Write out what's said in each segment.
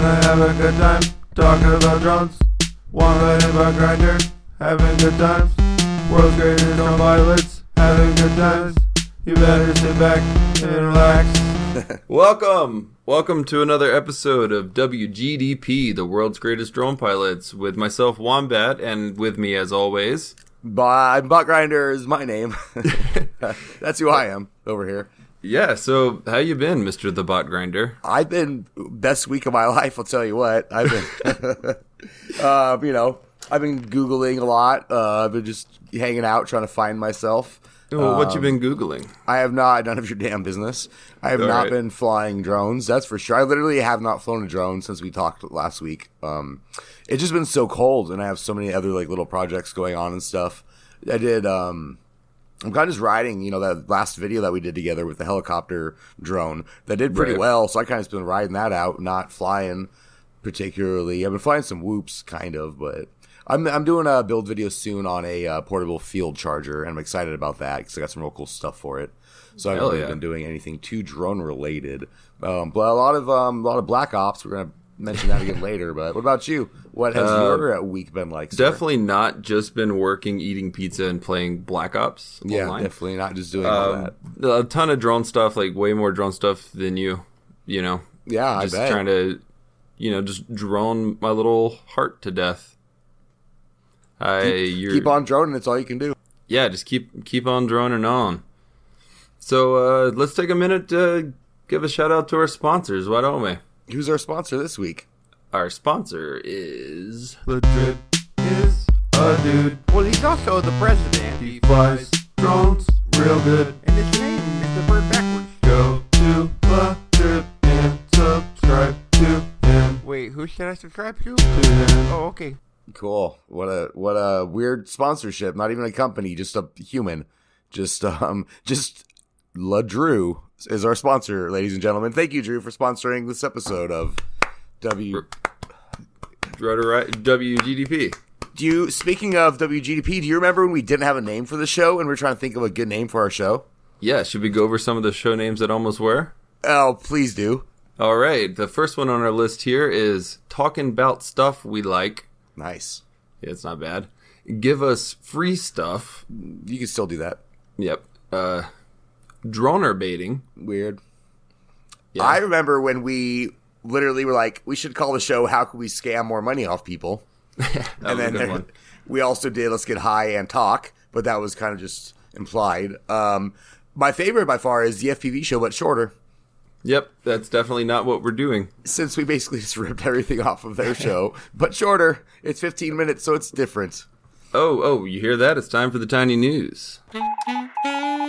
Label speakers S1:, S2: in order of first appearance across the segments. S1: having good time, talking about drums. One minute by grinder, having good times. World's greatest drum pilots, having good times. You better sit back and relax.
S2: Welcome! Welcome to another episode of WGDP, the world's greatest drone pilots, with myself, Wombat, and with me, as always,
S3: Bye, Butt Grinder is my name. That's who I am over here.
S2: Yeah, so how you been, Mr. The Bot Grinder?
S3: I've been best week of my life. I'll tell you what. I've been, uh, you know, I've been googling a lot. Uh, I've been just hanging out trying to find myself.
S2: Well, what
S3: Um,
S2: you been Googling?
S3: I have not none of your damn business. I have
S2: All
S3: not
S2: right.
S3: been flying drones. That's for sure. I literally have not flown a drone since we talked last week. Um, it's just been so cold, and I have so many other like little projects going on and stuff. I did. Um, I'm kind of just riding, you know, that last video that we did together with the helicopter drone that did pretty
S2: Right.
S3: well. So I kind of just been riding that out, not flying particularly. I've been flying some whoops, kind of, but I'm I'm doing a build video soon on a uh, portable field charger, and I'm excited about that because I got some real cool stuff for it. So I haven't
S2: Hell
S3: really
S2: yeah.
S3: been doing anything too drone related, um, but a lot of um, a lot of Black Ops. We're gonna mention that again later. But what about you? What has your uh, week been like? sir?
S2: Definitely not just been working, eating pizza, and playing Black Ops
S3: yeah,
S2: online. Um,
S3: definitely not just doing all that.
S2: a ton of drone stuff, like way more drone stuff than you, you know.
S3: Yeah,
S2: Just
S3: I bet.
S2: trying to, you know, just drone my little heart to death. I you're,
S3: Keep on droning. It's all you can do.
S2: yeah, just keep keep on droning on. So uh, let's take a minute to give a shout out to our sponsors. Why don't we?
S3: Who's our sponsor this week?
S2: Our sponsor is
S1: The drip is a dude.
S4: Well, he's also the president,
S1: He flies drones real good.
S4: and his name is the bird backwards.
S1: Go to the drip and subscribe to him.
S4: Wait, who should I subscribe to?
S1: To him.
S4: Oh, okay.
S3: Cool. What a what a weird sponsorship. Not even a company, just a human. Just um just La Drew is our sponsor, ladies and gentlemen. Thank you, Drew, for sponsoring this episode of W
S2: WGDP.
S3: Do you speaking of WGDP, do you remember when we didn't have a name for the show and we were trying to think of a good name for our show?
S2: Yeah, should we go over some of the show names that almost were?
S3: Oh, please do.
S2: All right, the first one on our list here is talking about stuff we like.
S3: Nice.
S2: Yeah, it's not bad. Give us free stuff.
S3: You can still do that.
S2: Yep. Uh, droner baiting.
S3: Weird.
S2: Yeah.
S3: I remember when we literally were like, we should call the show "How Can We Scam More Money Off People,"
S2: That was a good
S3: there-
S2: one.
S3: we also did "Let's Get High and Talk," but that was kind of just implied. Um, my favorite by far is the FPV show, but shorter,
S2: Yep, that's definitely not what we're doing.
S3: since we basically just ripped everything off of their show, but shorter. It's 15 minutes, so it's different.
S2: Oh, oh, you hear that? It's time for the tiny news.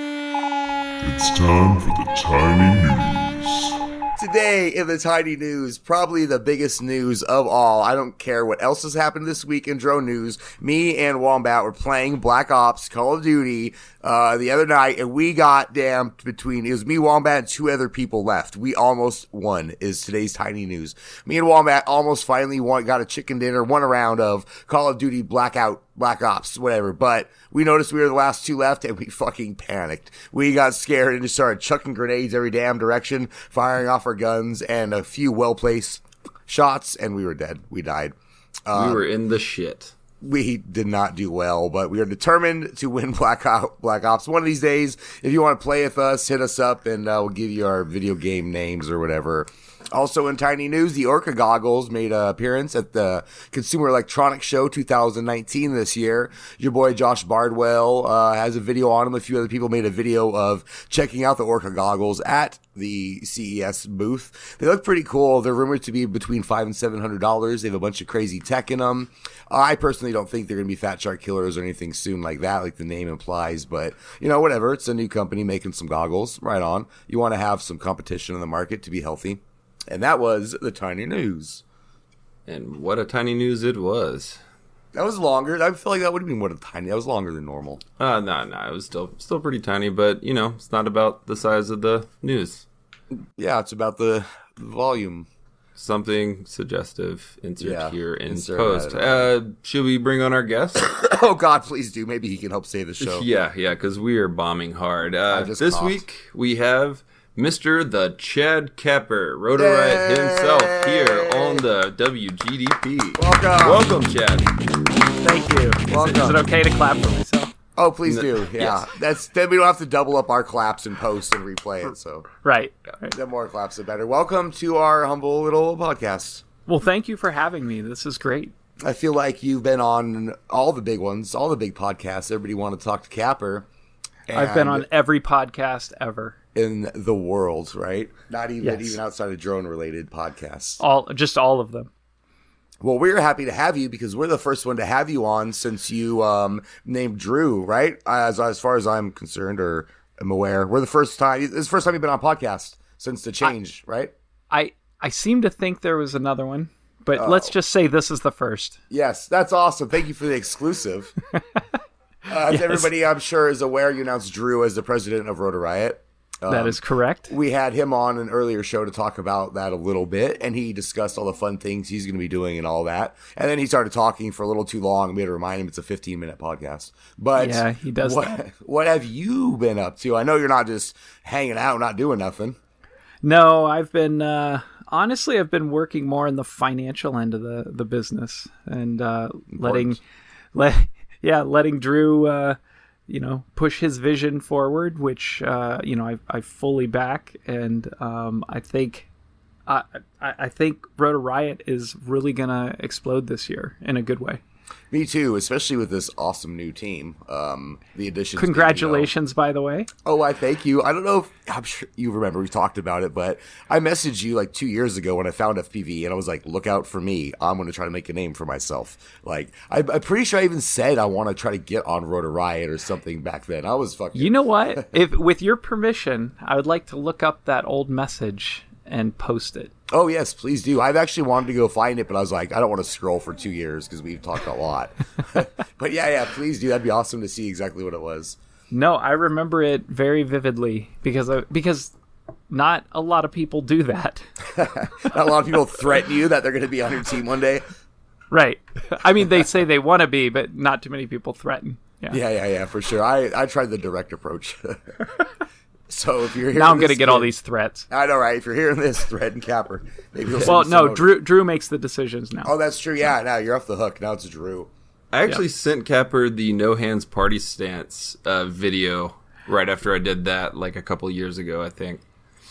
S5: It's time for the tiny news.
S3: Today in the tiny news, probably the biggest news of all. I don't care what else has happened this week in drone news. Me and Wombat were playing Black Ops Call of Duty uh, the other night, and we got damned between it was me, Wombat, and two other people left. We almost won. Is today's tiny news? Me and Wombat almost finally won, got a chicken dinner, one round of Call of Duty Blackout Black Ops, whatever. But we noticed we were the last two left and we fucking panicked. We got scared and just started chucking grenades every damn direction, firing off our guns and a few well placed shots, and we were dead. We died. Um,
S2: we were in the shit.
S3: We did not do well, but we are determined to win Black, Op- Black Ops one of these days. If you want to play with us, hit us up and uh, we'll give you our video game names or whatever. Also, in tiny news, the Orca goggles made an appearance at the Consumer Electronics Show 2019 this year. Your boy Josh Bardwell uh, has a video on him. A few other people made a video of checking out the Orca goggles at the CES booth. They look pretty cool. They're rumored to be between five and seven hundred dollars. They have a bunch of crazy tech in them. I personally don't think they're going to be Fat Shark Killers or anything soon like that, like the name implies. But you know, whatever. It's a new company making some goggles. Right on. You want to have some competition in the market to be healthy. And that was the tiny news.
S2: And what a tiny news it was.
S3: That was longer. I feel like that would have been what a tiny. That was longer than normal.
S2: Uh no, no, it was still still pretty tiny, but you know, it's not about the size of the news.
S3: Yeah, it's about the the volume.
S2: Something suggestive insert
S3: Yeah,
S2: here in
S3: insert
S2: post.
S3: that.
S2: Uh should we bring on our guest?
S3: Oh God, please do. Maybe he can help save the show.
S2: yeah, yeah, cuz we are bombing hard. Uh
S3: just
S2: this
S3: coughed.
S2: week we have Mr. the Chad Capper, Rotorite himself here on the WGDP.
S3: Welcome.
S2: Welcome, Chad.
S6: Thank you. Is it- Is it
S3: Welcome.
S6: okay to clap for myself?
S3: Oh, please
S2: No-
S3: do. Yeah, that's then we don't have to double up our claps and post and replay it. So
S6: Right. right.
S3: the more claps, the better. Welcome to our humble little podcast.
S6: Well, thank you for having me. This is great.
S3: I feel like you've been on all the big ones, all the big podcasts. Everybody want to talk to Capper.
S6: I've been
S3: And
S6: on every podcast ever.
S3: in the world, right? Not even
S6: Yes.
S3: even outside of drone related podcasts.
S6: All just all of them.
S3: Well, we're happy to have you because we're the first one to have you on since you um, named Drew, right? As as far as I'm concerned or am aware, we're the first time. It's the first time you've been on a podcast since the change, right?
S6: I I seem to think there was another one, but let's just say this is the first.
S3: Yes, that's awesome. Thank you for the exclusive. uh, as Everybody, I'm sure, is aware you announced Drew as the president of Rotor Riot.
S6: that is correct.
S3: We had him on an earlier show to talk about that a little bit, and he discussed all the fun things he's going to be doing and all that. And then he started talking for a little too long, and we had to remind him it's a 15 minute podcast. But
S6: Yeah, he does
S3: What, what have you been up to? I know you're not just hanging out, not doing nothing.
S6: No, I've been uh, honestly, I've been working more in the financial end of the the business and uh, letting, let yeah, letting Drew, uh, you know, push his vision forward, which uh, you know I, I fully back, and um, I think. I, I I think Rotor Riot is really gonna explode this year in a good way.
S3: Me too, especially with this awesome new team. Um, the addition.
S6: Congratulations, by the way.
S3: Oh, I thank you. I don't know if I'm sure you remember we talked about it, but I messaged you like two years ago when I found FPV, and I was like, "Look out for me! I'm going to try to make a name for myself." Like, I, I'm pretty sure I even said I want to try to get on Road to Riot or something back then. I was fucking.
S6: You know what? if with your permission, I would like to look up that old message and post it.
S3: oh yes, please do. I've actually wanted to go find it, but I was like, I don't want to scroll for two years because we've talked a lot. but yeah, yeah, please do. That'd be awesome to see exactly what it was.
S6: No, I remember it very vividly because I, because not a lot of people do that.
S3: Not a lot of people threaten you that they're going to be on your team one day.
S6: Right. I mean, they say they want to be, but not too many people threaten. Yeah.
S3: Yeah, yeah, yeah, for sure. I, I tried the direct approach. so if you're hearing
S6: Now I'm
S3: this
S6: gonna get all
S3: thread-
S6: these threats.
S3: I know, right? If you're hearing this, thread and capper. Maybe you'll
S6: Well,
S3: send
S6: no,
S3: someone-
S6: Drew Drew makes the decisions now.
S3: Oh, that's true. Yeah, now you're off the hook. Now it's Drew.
S2: I actually sent Capper the no hands party stance uh, video right after I did that, like a couple years ago, I think.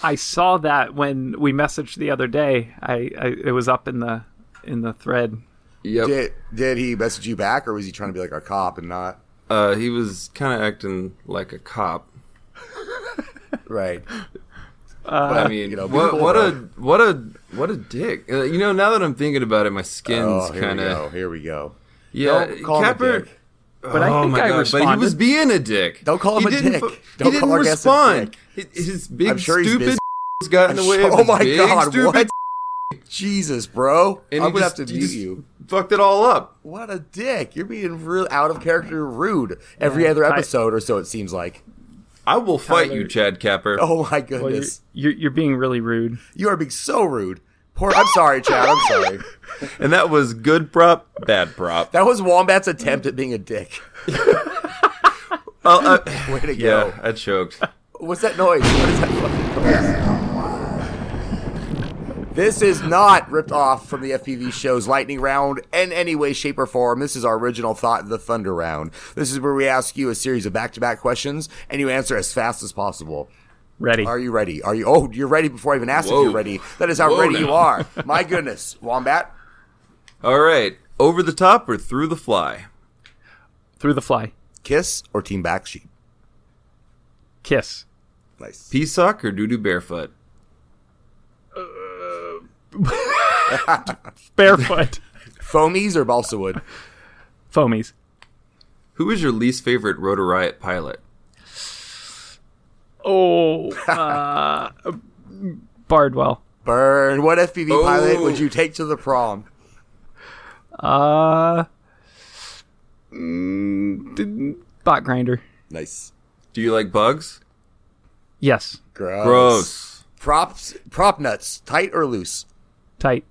S6: I saw that when we messaged the other day. I, I it was up in the in the thread.
S2: Yep.
S3: Did did he message you back, or was he trying to be like a cop and not?
S2: Uh, he was kind of acting like a cop.
S3: Right.
S2: I mean,
S3: you know,
S2: what,
S3: people
S2: what a
S3: are-
S2: what a what a dick. Uh, you know, now that I'm thinking about it, my skin's
S3: Oh, here
S2: kind
S3: we go.
S2: of
S3: Here we go.
S2: yeah.
S3: Don't call him a
S2: Capper, Oh,
S3: dick.
S6: But I think I
S2: But he was
S6: responded.
S2: being a dick.
S3: Don't call him
S2: he
S3: a
S2: didn't
S3: dick.
S2: fu-
S3: Don't
S2: he didn't
S3: call our guest a
S2: respond. Hi- His big
S3: I'm sure he's
S2: stupid
S3: busy.
S2: got in the
S3: I'm
S2: way.
S3: sure-
S2: of
S3: oh
S2: his
S3: my
S2: big,
S3: god!
S2: stupid
S3: What? Jesus, bro!
S2: And
S3: I'm
S2: he
S3: gonna
S2: just-
S3: have to
S2: he
S3: mute
S2: just
S3: you.
S2: Fucked it all up.
S3: What a dick! You're being real out of character, rude every other
S6: I-
S3: episode, or so it seems like.
S2: I will fight you, Chad Capper.
S3: Oh my
S6: Well, you're,
S3: goodness!
S6: you're you're being really rude.
S3: You are being so rude. Poor. I'm sorry, Chad. I'm sorry.
S2: And that was good prop, bad prop.
S3: That was Wombat's attempt at being a dick.
S2: Uh, uh,
S3: Way to go.
S2: yeah, I choked.
S3: What's that noise? What is that fucking noise? This is not ripped off from the FPV show's lightning round in any way, shape, or form. This is our original thought, the thunder round. This is where we ask you a series of back to back questions and you answer as fast as possible.
S6: Ready?
S3: Are you ready? Are you? Oh, you're ready before I even asked if
S2: Whoa.
S3: you're ready. That is how
S2: Whoa
S3: ready
S2: now.
S3: you are. My goodness. Wombat,
S2: All right, over the top or through the fly?
S6: Through the fly.
S3: kiss or team back sheep?
S6: Kiss.
S3: Nice.
S2: Pea sock or doo doo barefoot?
S6: Barefoot.
S3: Foamies or balsa wood?
S6: Foamies.
S2: Who is your least favorite Rotor Riot pilot?
S6: Oh, uh, Bardwell.
S3: Burn. What FPV
S2: Oh.
S3: pilot would you take to the prom?
S6: Uh, mm, d- bot grinder.
S3: Nice.
S2: Do you like bugs?
S6: Yes,
S3: Gross.
S2: Gross.
S3: Props. Prop nuts. Tight or loose?
S6: tight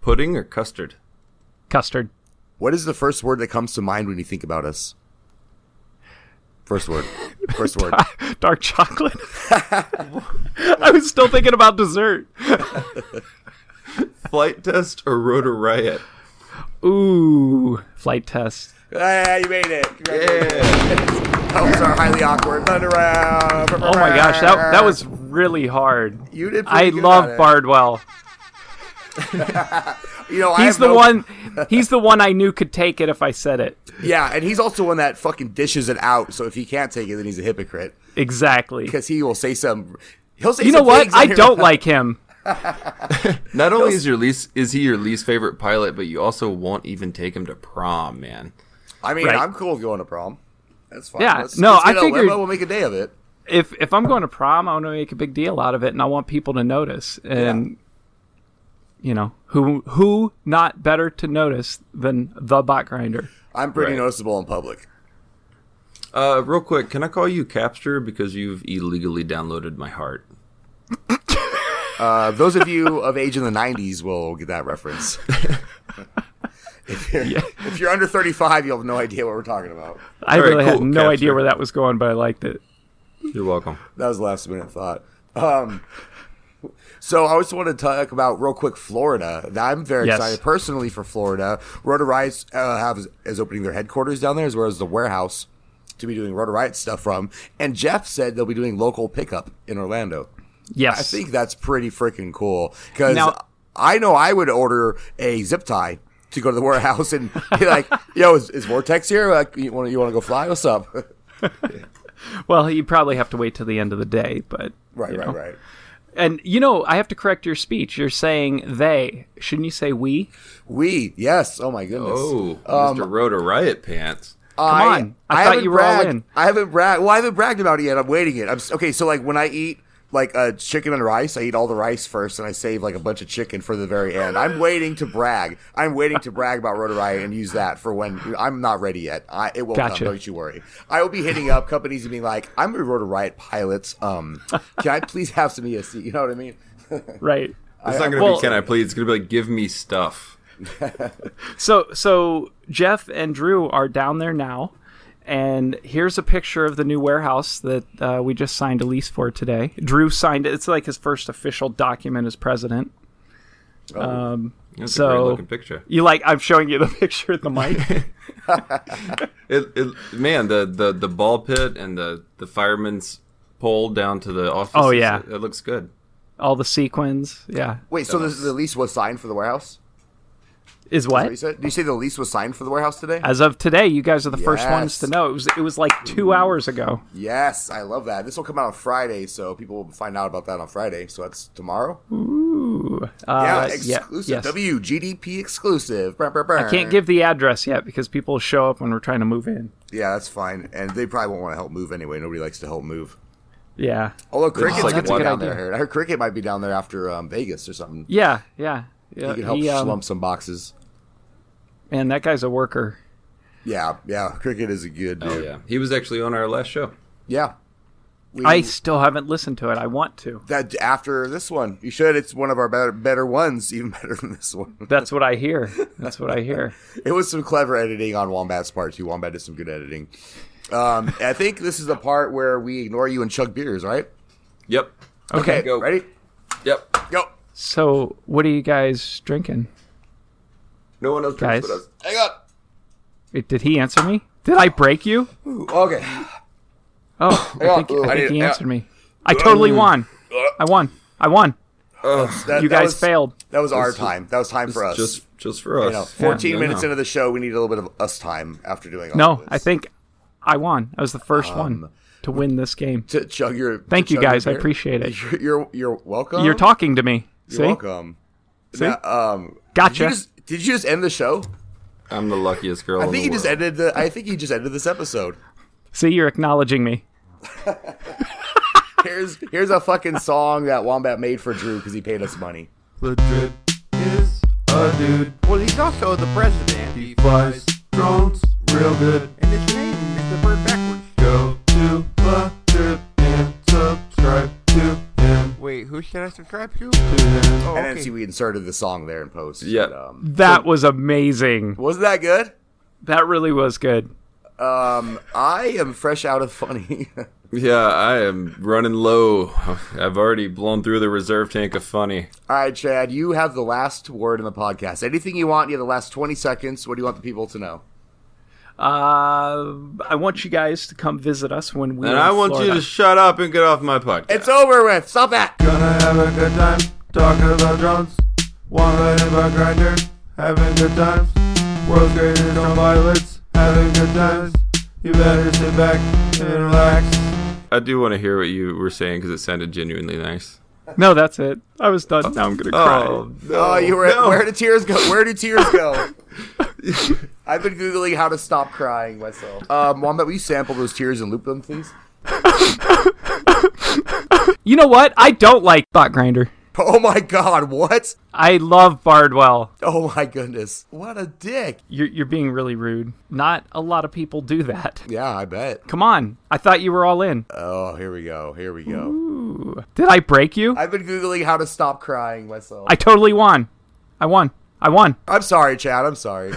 S2: Pudding or custard?
S6: custard.
S3: What is the first word that comes to mind when you think about us? First word. First word.
S6: Dark chocolate. I was still thinking about dessert.
S2: Flight Test or Rotor Riot?
S6: Ooh, flight test.
S3: Ah, you made it. Congratulations.
S2: Yeah.
S3: That was our highly awkward thunder round.
S6: Oh my gosh, that that was really hard.
S3: You did. pretty
S6: I
S3: good on
S6: love
S3: it.
S6: Bardwell.
S3: You know, I
S6: He's
S3: have
S6: the
S3: no-
S6: one. He's the one I knew could take it if I said it.
S3: Yeah, and he's also one that fucking dishes it out. So if he can't take it, then he's a hypocrite
S6: Exactly.
S3: because he will say some. He'll say.
S6: You know
S3: some
S6: what?
S3: things on
S6: I
S3: here-
S6: don't like him.
S2: Not only is your least is he your least favorite pilot, but you also won't even take him to prom, man.
S3: I mean,
S6: Right.
S3: I'm cool with going to prom. That's fine.
S6: Yeah,
S3: Let's-
S6: no,
S3: let's
S6: I
S3: get a
S6: figured-
S3: limo, we'll make a day of it.
S6: If if I'm going to prom, I want to make a big deal out of it, and I want people to notice. And you know who who not better to notice than the bot grinder?
S3: I'm pretty
S2: Right.
S3: noticeable in public.
S2: Uh, real quick, can I call you Capster because you've illegally downloaded my heart?
S3: Uh, those of you of age in the 90s will get that reference. if, you're, if you're under 35, you'll have no idea what we're talking about.
S6: I
S2: All right,
S6: really had
S2: cool,
S6: no idea
S2: capture.
S6: where that was going, but I liked it.
S2: You're welcome.
S3: That was a last minute thought. Um, so I just want to talk about real quick Florida. I'm very
S6: Yes.
S3: excited personally for Florida. Rotor Riots uh, have is opening their headquarters down there as well as the warehouse to be doing Rotor Riot stuff from. And Jeff said they'll be doing local pickup in Orlando.
S6: Yes,
S3: I think that's pretty freaking cool because
S6: Now-
S3: I know I would order a zip tie to go to the warehouse and be like, "Yo, is, is Vortex here? Like, you want you want to go fly? What's up?" right,
S6: Well, you probably have to wait till the end of the day, but
S3: right,
S6: you know.
S3: right.
S6: And you know, I have to correct your speech. You're saying they. Shouldn't you say we?
S3: We yes. Oh my goodness. Um,
S2: Oh, Mr. Rotor Riot Pants.
S3: Come
S6: on. I thought you were all in.
S3: I haven't bragged. Well, I haven't bragged about it yet. I'm waiting it. I'm s- okay. So like when I eat like uh, chicken and rice, I eat all the rice first, and I save like a bunch of chicken for the very end. I'm waiting to brag. I'm waiting to brag about Rotor Riot and use that for when I'm not ready yet. I, it will
S6: Gotcha.
S3: come. Don't you worry. I will be hitting up companies and being like, "I'm a Rotor Riot pilot. Um, can I please have some ESC? You know what I mean?
S6: Right.
S2: It's not going to
S6: well-
S2: be can I please? It's going to be like give me stuff.
S6: So so Jeff and Drew are down there now, and here's a picture of the new warehouse that uh, we just signed a lease for today. Drew signed it. It's like his first official document as president. Um,
S2: That's a
S6: So-
S2: Oh, great looking picture.
S6: You like? I'm showing you the picture at the mic.
S2: It, it man the, the the ball pit and the the fireman's pole down to the office.
S6: Oh, yeah.
S2: it, it looks good.
S6: All the sequins. Yeah.
S3: Wait. So the, the lease was signed for the warehouse.
S6: Is
S3: What you
S6: what?
S3: said? Did you say the lease was signed for the warehouse today?
S6: As of today, you guys are the first ones
S3: Yes.
S6: to know. It was it was like two hours ago.
S3: Yes, I love that. This will come out on Friday, so people will find out about that on Friday. So that's tomorrow.
S6: Ooh.
S3: yeah,
S6: Uh,
S3: exclusive.
S6: yes.
S3: WGDP exclusive. Brr, brr, brr.
S6: Can't give the address yet because people will show up when we're trying to move in.
S3: Yeah, that's fine. And they probably won't want to help move anyway. Nobody likes to help move.
S6: Yeah.
S3: Although Cricket's
S2: like
S3: going
S2: one-
S3: to be down
S6: That's
S3: there. I
S6: a good
S3: heard. I heard Cricket might be down there after um, Vegas or something.
S6: Yeah. Yeah. Yeah.
S3: He could help
S6: he, um,
S3: slump some boxes.
S6: man, that guy's a worker.
S3: Yeah, yeah. Cricket is a good dude.
S2: Oh yeah, he was actually on our last show.
S3: Yeah. We,
S6: I still haven't listened to it. I want to.
S3: that after this one, you should. It's one of our better better ones, even better than this one.
S6: That's what I hear. That's what I hear.
S3: It was some clever editing on Wombat's part too. Wombat did some good editing. Um, I think this is the part where we ignore you and chug beers, right?
S2: Yep.
S6: Okay.
S2: Go.
S3: Ready?
S2: Yep.
S3: Go.
S6: So, what are you guys drinking?
S2: No one else
S6: Guys.
S2: drinks but us.
S3: Hang up.
S6: Wait, Did he answer me? Did I break you?
S3: Okay.
S6: Oh, I think,
S3: ooh,
S6: I
S3: I need-
S6: think he
S3: yeah. Mm. Uh.
S6: answered me. I totally won. I won. I won.
S3: That, that
S6: You guys
S3: was-
S6: failed.
S3: That was our time. That was time for us.
S2: Just just for us.
S3: you know, 14
S2: Yeah,
S3: minutes
S2: no.
S3: into the show, we need a little bit of us time after doing all
S6: No,
S3: this.
S6: I think I won. I was the first
S3: Um,
S6: one to win this game.
S3: to chug your.
S6: Thank
S3: to
S6: you
S3: chug your
S6: guys. I
S3: beer.
S6: appreciate it.
S3: You're you're, you're welcome.
S6: You're talking to me.
S3: um, You're
S6: See?
S3: welcome.
S6: See?
S3: Now, um, Did
S6: Gotcha.
S3: you, just, did you just end the show?
S2: I'm the luckiest girl.
S3: I
S2: in
S3: think
S2: the
S3: you just
S2: world.
S3: ended the. I think you just ended this episode.
S6: See, you're acknowledging me.
S3: Here's here's a fucking song that Wombat made for Drew because he paid us money.
S1: The drip is a dude.
S4: Well, he's also the president,
S1: He flies drones real good.
S4: and his name is the bird backwards.
S1: Go to the drip and subscribe to him.
S4: Wait, who should I subscribe to?
S1: To him.
S4: Oh,
S3: And then
S4: okay.
S3: see, we inserted the song there in post.
S2: Yeah.
S3: But, um,
S6: That was amazing.
S3: wasn't that good?
S6: That really was good.
S3: Um, I am fresh out of funny.
S2: Yeah, I am running low. I've already blown through the reserve tank of funny.
S3: All right, Chad, you have the last word in the podcast. Anything you want, you have the last 20 seconds. What do you want the people to know?
S6: Uh, I want you guys to come visit us when we.
S2: And
S6: are in
S2: I want
S6: Florida.
S2: you to shut up and get off my podcast.
S3: It's over with. Stop that.
S1: Gonna have a good time talking about drums. One right about grinder, having good times. World's greatest on violets, having good times. You better sit back and relax.
S2: I do want to hear what you were saying because it sounded genuinely nice.
S6: No, that's it. I was done. Now I'm gonna cry.
S3: Oh, you were where do tears go? Where do tears go? I've been googling how to stop crying myself. Um, Wombat, will you sample those tears and loop them, please?
S6: You know what? I don't like Thought Grinder.
S3: Oh my God, what?
S6: I love Bardwell.
S3: Oh my goodness, what a dick!
S6: You're you're being really rude. Not a lot of people do that.
S3: Yeah, I bet.
S6: Come on. I thought you were all in.
S3: Oh, here we go. Here we go.
S6: Did I break you?
S3: I've been googling how to stop crying myself.
S6: I totally won. I won. I won.
S3: I'm sorry, Chad. I'm sorry.